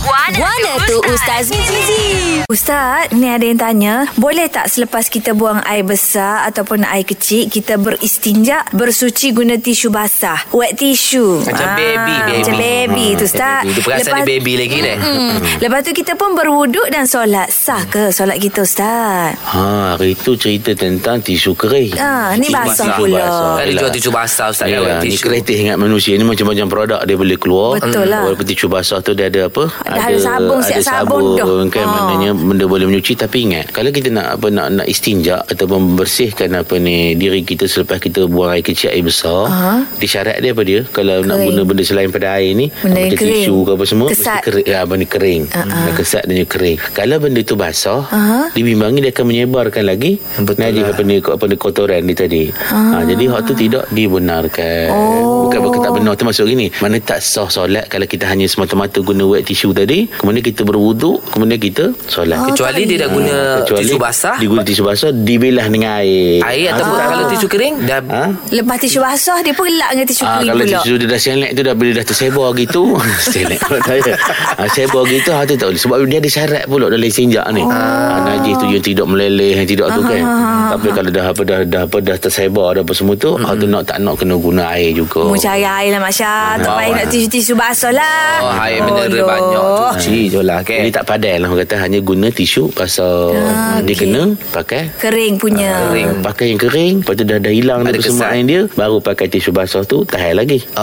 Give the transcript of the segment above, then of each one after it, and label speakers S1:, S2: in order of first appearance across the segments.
S1: Wana,
S2: Wana tu Ustaz Mizi.
S3: Ustaz, ni ada yang tanya, boleh tak selepas kita buang air besar ataupun air kecil, kita beristinja, bersuci guna tisu basah, wet tisu. Ah,
S4: Macam baby, baby.
S3: Macam baby
S4: Hmm,
S3: tu Ustaz.
S4: baby. Dia perasan dia baby lagi dah.
S3: Mm-mm. Lepas tu kita pun berwuduk dan solat. Sah ke solat kita Ustaz?
S5: Ha, hari tu cerita tentang tisu kering.
S3: Ah, ni
S5: Tisu
S3: basah pula.
S4: Kan
S3: Oh.
S4: dia jual tisu basah Ustaz kan wet
S5: Yalah, Ya, ni
S4: tisu.
S5: kreatif ingat manusia ni macam-macam produk dia boleh keluar.
S3: Betul lah.
S5: Walaupun tisu basah tu dia ada apa?
S3: Ada sabun, siap
S5: ada
S3: sabun dah.
S5: sabun kan
S3: Ha.
S5: maknanya benda boleh menyuci tapi ingat kalau kita nak apa nak nak istinja ataupun membersihkan apa ni diri kita selepas kita buang air kecil air besar,
S3: Ha.
S5: dia syarat dia apa dia? Kalau nak
S3: Kering.
S5: guna benda selain pada air ni,
S3: Benda yang
S5: macam
S3: kering. Ah,
S5: tisu ke apa semua, mesti
S3: Kesat.
S5: kering. Ya, benda kering. Uh-huh. Kesat dan dia kering. Kalau benda tu basah,
S3: Ha.
S5: dibimbangi dia akan menyebarkan lagi
S4: Betul
S5: najis
S4: lah.
S5: apa ni apa ni kotoran ni tadi. Ah. Ha, jadi hak tu tidak dibenarkan.
S3: Oh.
S5: Bukan bukan tak benar tu masuk gini. Mana tak sah solat kalau kita hanya semata-mata guna wet tissue tadi, kemudian kita berwuduk, kemudian kita solat.
S3: Oh,
S4: Kecuali dia dah guna tisu basah,
S5: Dia guna tisu basah dibilah dengan air.
S4: air ataupun
S5: Ah.
S4: kalau tisu kering dah
S5: Ha?
S3: Lepas tisu basah, dia pelak dengan tisu
S5: Ah,
S3: kering
S5: kalau
S3: pula.
S5: tisu dia dah selek tu dah bila dah tersebar gitu selek kalau saya ah, sebar gitu ah, tu tak boleh sebab dia ada syarat pula dalam sinjak ni oh. ah, najis tu yang tidak meleleh yang tidak tu kan tapi kalau dah apa dah dah apa dah tersebar dah apa semua tu ah, tu nak tak nak kena guna air juga
S3: Mu cari air lah Masya Tak
S4: Wah,
S3: payah
S4: wah.
S3: nak tisu-tisu basah lah
S4: Oh, air mineral
S3: Aduh.
S4: banyak cuci je lah kan.
S5: Jadi tak padai lah orang kata hanya guna tisu pasal
S3: Ah,
S5: dia
S3: okey.
S5: kena pakai
S3: Kering punya
S4: Ah, Kering.
S5: pakai yang kering lepas tu dah dah hilang
S4: Hmm. Ada
S5: dah semua
S4: kesan.
S5: air dia baru pakai tisu basah tu tahan lagi
S3: Ah,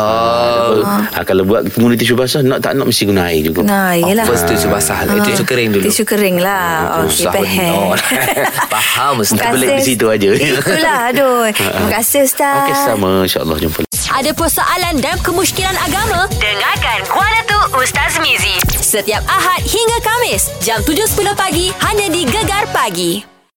S4: Oh.
S5: ha, kalau buat guna tisu basah nak tak nak mesti guna air juga
S3: Nah, yelah Ah,
S4: First tisu basah lah. Tisu kering dulu. Ah,
S3: Tisu kering lah Okey,
S4: Susah
S3: faham
S4: benar. Faham Ustaz.
S3: Terima
S5: Belit di
S3: kasih.
S5: situ aja.
S3: Itulah,
S4: Ah,
S3: aduh Terima kasih Ustaz
S5: Okey sama insya-Allah jumpa.
S2: Ada persoalan dan kemusykilan agama?
S1: Dengarkan Wana tu Ustaz Mizi
S2: Setiap Ahad hingga Kamis, jam 7.10 pagi, hanya di Gegar Pagi.